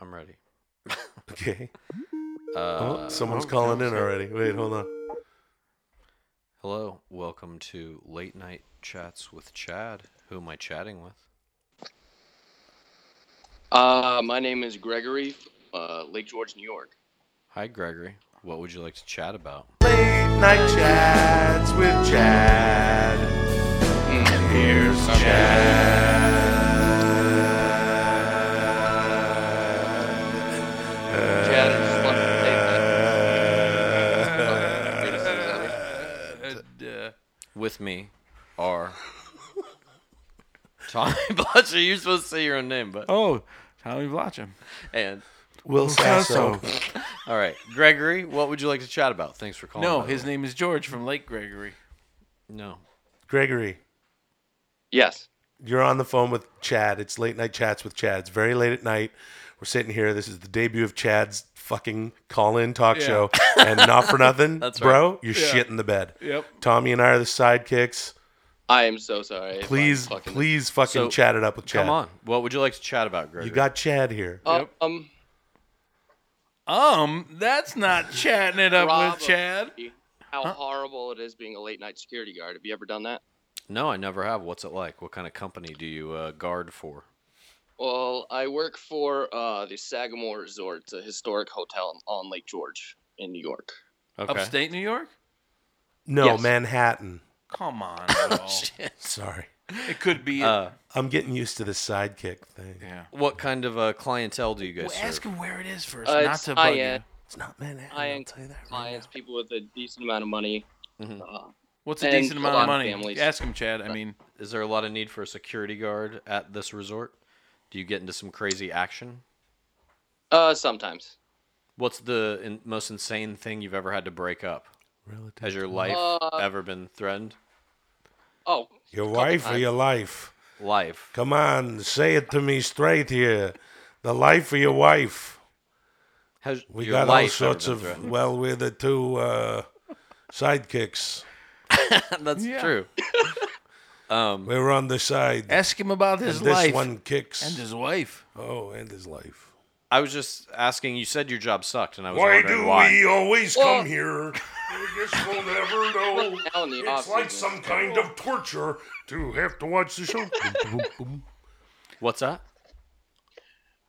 I'm ready. Okay. Uh, oh, someone's oh, calling no, in so- already. Wait, hold on. Hello, welcome to Late Night Chats with Chad. Who am I chatting with? Uh, my name is Gregory, uh, Lake George, New York. Hi, Gregory. What would you like to chat about? Late night chats with Chad. Here's Chad is Uh, just one of the With me are Tommy Butcher. You're supposed to say your own name, but Oh, Tommy Blotcham. and Will Sasso. Sasso. all right, Gregory. What would you like to chat about? Thanks for calling. No, by the his way. name is George from Lake Gregory. No. Gregory, Yes. you're on the phone with Chad. It's late night chats with Chad. It's very late at night. We're sitting here. This is the debut of Chad's fucking call in talk Yeah. show. And not for nothing, That's right. bro, you're Yeah. shit in the bed. Yep. Tommy and I are the sidekicks. I am so sorry. if I Please, fucking- please fucking So, chat it up with Chad. Come on. What would you like to chat about, Gregory? You got Chad here. Uh, Yep. um, Um, that's not chatting it up Rob, with Chad. how horrible it is being a late night security guard. Have you ever done that? no, I never have. What's it like? What kind of company do you uh, guard for? Well, I work for uh, the Sagamore Resort, it's a historic hotel on Lake George in New York. Okay. Upstate New York? No, Yes. Manhattan. Come on. Oh, bro. Sorry. it could be. Uh, I'm getting used to the sidekick thing. yeah. what kind of uh, clientele do you guys Well, ask serve? him where it is first, Uh, not it's to bug you. IN. It's not Manhattan. I I'll am tell you that. right Clients, people with a decent amount of money. Mhm. Uh, What's a And decent a amount lot of of money? families. Uh, Ask him, Chad. I mean, Is there a lot of need for a security guard at this resort? Do you get into some crazy action? uh, sometimes. What's the in- most insane thing you've ever had to break up? now. Relative. Has your life Uh, ever been threatened? Oh, Your couple wife or times. your life? Life. Come on, say it to me straight here. The life of your wife. Has We your got all life ever sorts been of. threatened? Well, we're the two uh, sidekicks. That's Yeah. true. um, We're on the side. ask him about and his this life one kicks. and his wife. oh, and his life. I was just asking. You said your job sucked, and I was Why wondering do why. we always Well- come here? We just will never know. now in the It's like off-season. some kind of torture to have to watch the show. What's that?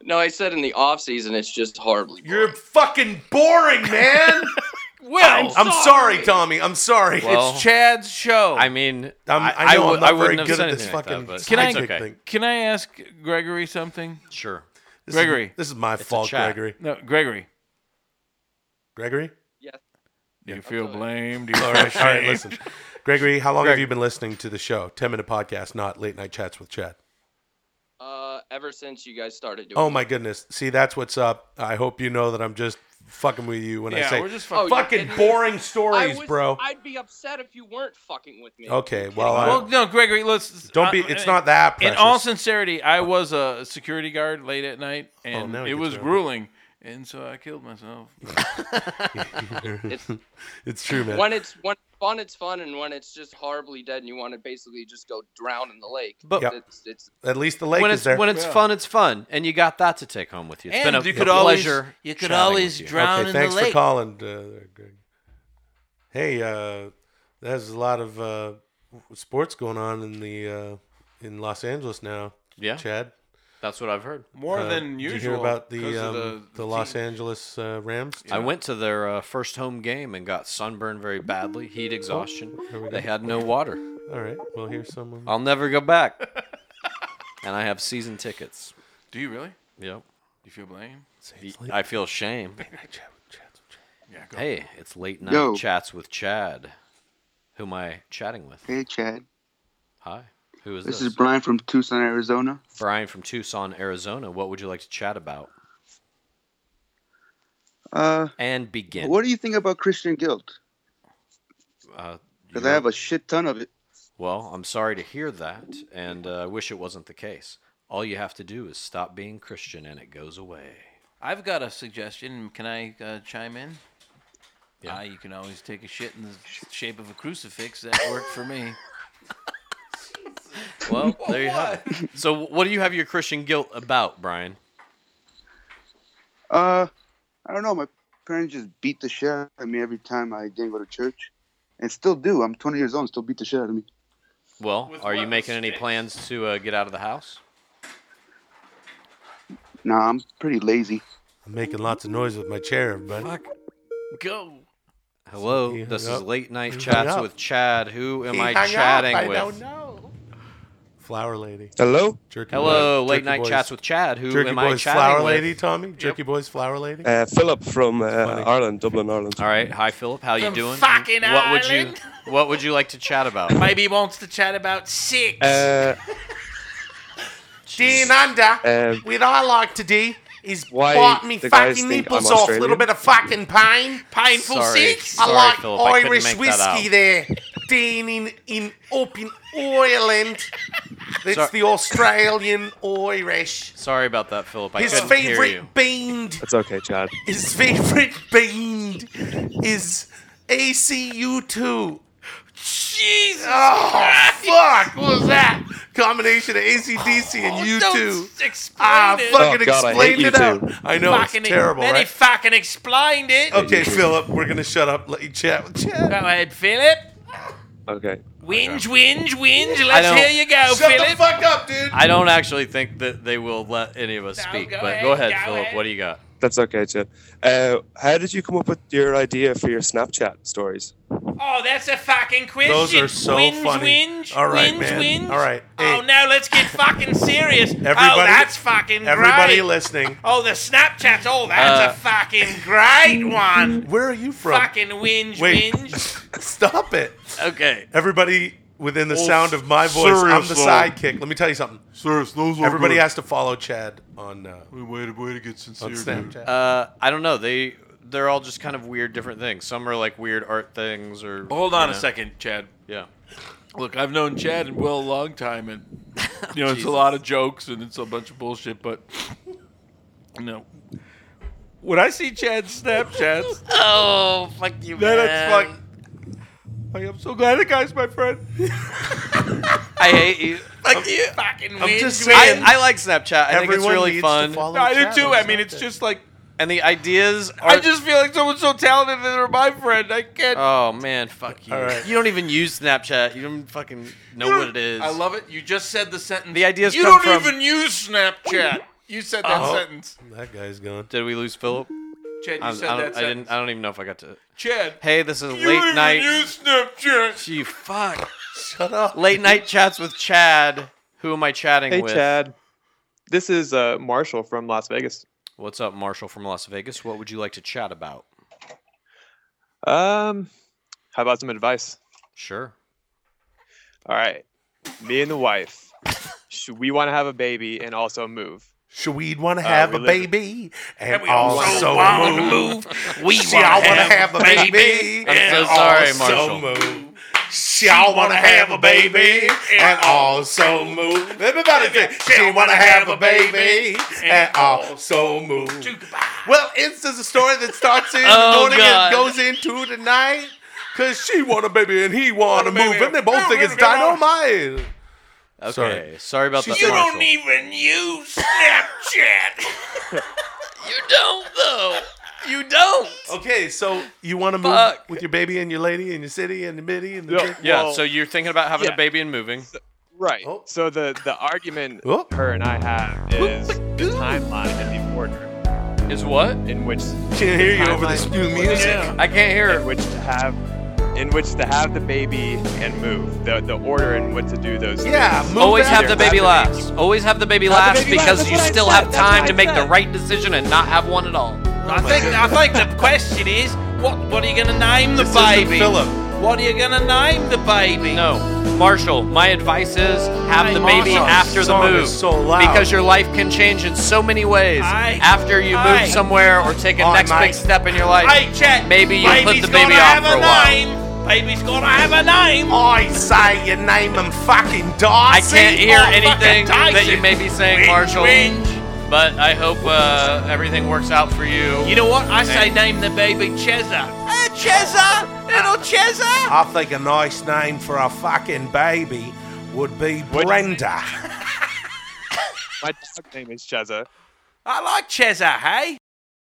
No, I said in the off season, it's just horribly. You're boring. fucking boring, man. Well, I'm sorry, Tommy. I'm sorry. Well, Oh. it's Chad's show. I mean, I'm, I, I know I, would- am not I wouldn't very have good said at this anything like fucking. that, but Can I- it's okay. thing. Can I ask Gregory something? Sure. This Gregory. Is, this is my a fault, chat. Gregory. No, Gregory. Gregory. Yes. Do you feel feel sorry. blamed? Do you All feel right, all right. ashamed? Listen, Gregory. How long have you been listening to the show? Ten minute podcast, not late night chats with Chad. Uh, ever since you guys started doing. Oh my goodness. See, that's what's up. I hope you know that I'm just fucking with you when I Yeah, say we're just fucking. Oh, fucking you're kidding. boring I stories, was- bro. I'd be upset if you weren't fucking with me. Okay, well, Oh, I, well, no, Gregory. Let's don't be. uh, I- It's not that In precious. all sincerity, I was a security guard late at night, and now he it gets was around. grueling, and so I killed myself. It's, it's true, man. when it's when it's fun, it's fun, and when it's just horribly dead and you want to basically just go drown in the lake. But- Yep. it's, it's At least the lake when is it's there. when it's Yeah. fun, it's fun, and you got that to take home with you. It's been a pleasure. chatting with you. okay, thanks for calling, uh, Greg. Hey, uh, there's a lot of uh, sports going on in the uh, in Los Angeles now, Yeah, Chad. that's what I've heard. More Uh, than did usual. you hear about the 'cause of um, the, Los team. Angeles uh, Rams? I went to their uh, first home game and got sunburned very badly, heat exhaustion. Here Oh, we go. They had no water. All right. Well, here's someone. I'll never go back. and I have season tickets. Do you really? Do Yep. you feel blamed? Say it's late. I feel shame. Chad, Chad's- Chad. Yeah. Go. Hey, it's late night Yo. chats with Chad. Who am I chatting with? Hey, Chad. Hi. Who is this? This is Brian from Tucson, Arizona. Brian from Tucson, Arizona. What would you like to chat about? Uh, And begin. what do you think about Christian guilt? Uh, Because you- I have a shit ton of it. Well, I'm sorry to hear that, and uh, I wish it wasn't the case. All you have to do is stop being Christian, and it goes away. I've got a suggestion. Can I uh, chime in? Yeah. Ah, you can always take a shit in the shape of a crucifix. That worked for me. Well, there you have it. So, what do you have your Christian guilt about, Brian? Uh, I don't know. My parents just beat the shit out of me every time I didn't go to church, and still do. I'm 20 years old and still beat the shit out of me. Well, With are you what? making any Sticks? plans to uh, get out of the house? Nah, I'm pretty lazy. I'm making lots of noise with my chair, everybody. Go. Hello, He this hung is up. late night He chats hung up. with Chad. Who am He I hung up, chatting I with? don't know. Flower lady. Hello? Jerky Hello, boy- late Jerky night boys- chats with Chad. Who Jerky am I boys chatting flower with? lady, Tommy. Jerky boys flower lady. Uh, Philip from uh, Funny. Ireland, Dublin, Ireland. All right, hi Philip, how you From doing? fucking what Ireland. would you What would you like to chat about? Maybe he wants to chat about six. Uh, Dean Under, Um, what I like to do is why bite me the guys fucking think I'm nipples off, a little Australian? bit of fucking pain. Painful Sorry, six. I sorry like Philip, I couldn't Irish make that whiskey out. there. Dean in, in up in Ireland. That's Sorry. the Australian Irish. Sorry about that, Philip. I His couldn't hear you. favourite bean it's okay, Chad. His favorite band is ACU2. Jesus! Oh, fuck! What was that? Combination of ACDC and Oh, U2. Don't explain Ah, it. fucking Oh, God, I hate explained it out. U2. I know, it's Fucking- terrible, Then he right? fucking explained it. Okay, Philip, we're gonna shut up. Let you chat with Go Chad. ahead, Philip. Okay. Whinge, whinge, whinge. I Let's don't- hear you go, Shut Philip. the fuck up, dude. I don't actually think that they will let any of us No, speak, go but ahead, go ahead, go Philip. ahead. What do you got? That's okay, Chad. Uh, how did you come up with your idea for your Snapchat stories? Oh, that's a fucking question. Those are so whinge, funny. Whinge, All right, whinge, man. Whinge. All right, hey. Oh, now let's get fucking serious. oh, Everybody- that's fucking Everybody great. listening, oh, the Snapchats. Oh, that's Uh, a fucking great one. where are you from? fucking whinge, Wait. whinge. Stop it. Okay. Everybody within the sound of my voice, I'm the seriously. sidekick. Let me tell you something. Serious, those are Everybody good. has to follow Chad on uh, Way to, way to get sincere, on dude. Snapchat. Uh, I don't know. They they're all just kind of weird, different things. Some are like weird art things, or Hold on you a know. second, Chad. Yeah. Look, I've known Chad and Will a long time, and you know it's a lot of jokes and it's a bunch of bullshit. But you know, when I see Chad's Snapchats, Oh, fuck you, then man. it's like, like, I'm so glad the guy's my friend. I hate you. Like, yeah, fucking whinge, I'm just I, saying, whinge. I like Snapchat. I think it's everyone really needs to fun, follow I Chad do too. on I mean, Snapchat. it's just like and the ideas. Are, I just feel like someone's so talented that they're my friend. I can't. Oh man, fuck you. All right. You don't even use Snapchat. You don't fucking know what it is. I love it. You just said the sentence. The ideas You come don't from- even use Snapchat. You said that Oh. sentence. that guy's gone. Did we lose Philip? Chad, you I, I said that don't, I sentence. didn't. I don't even know if I got to. Chad, Hey, this is you don't late even night. use Snapchat. Gee, fuck. Shut up. Late night chats with Chad. Who am I chatting Hey, with? Chad. This is uh, Marshall from Las Vegas. What's up, Marshall from Las Vegas? What would you like to chat about? Um, how about some advice? Sure. All right, me and the wife, sh- we want to have a baby and also move. Shaweed want to have we a live- baby and, we also, also wanna move. we She all want to have a baby. I'm and so sorry, also Marshall. Move. She all want to have a baby and also move. Everybody say she want to have a baby and also move. Well, it's is a story that starts in the Oh, morning God. and goes into the night. Cause she want a baby and he want to baby. move, and they both Yeah, think it's baby, come on. dynamite. Okay. Sorry. Sorry, about that, You don't Marshall. even use Snapchat. you don't though. You don't. Okay, so you want to move Fuck. with your baby and your lady and your city and the biddy and the. Yeah. yeah. Well, so you're thinking about having yeah. a baby and moving. Right. Oh. So the the argument Oh. her and I have is the timeline and the order Is what? in which Can't hear you over this Timeline. new music. Yeah. I can't hear. in which to have in which to have the baby and move. The the order in what to do those. Yeah, move Always back. have the baby last. Always have the baby last baby last. because That's you what I still said. have That's what time I to make the said. right decision and not have one at all. I think I think the question is what what are you gonna name the This isn't baby? Philip. What are you gonna name the baby? No, Marshall. My advice is have Hey, the baby Marshall, after the song move is so loud. because your life can change in so many ways Aye. after you Aye. move somewhere or take a Aye, next mate. big step in your life. Hey Chet, Maybe you put baby's the baby gotta off have for a while. name. Baby's gotta have a name. I say your name and fucking Darcy. I can't hear Oh, fucking anything that you Tyson. may be saying, Whinge, Marshall. whinge. But I hope uh, everything works out for you. You know what? I say name the baby Cheza. Hey Cheza, little Cheza. I think a nice name for a fucking baby would be Brenda. My dog's name is Cheza. I like Cheza. Hey.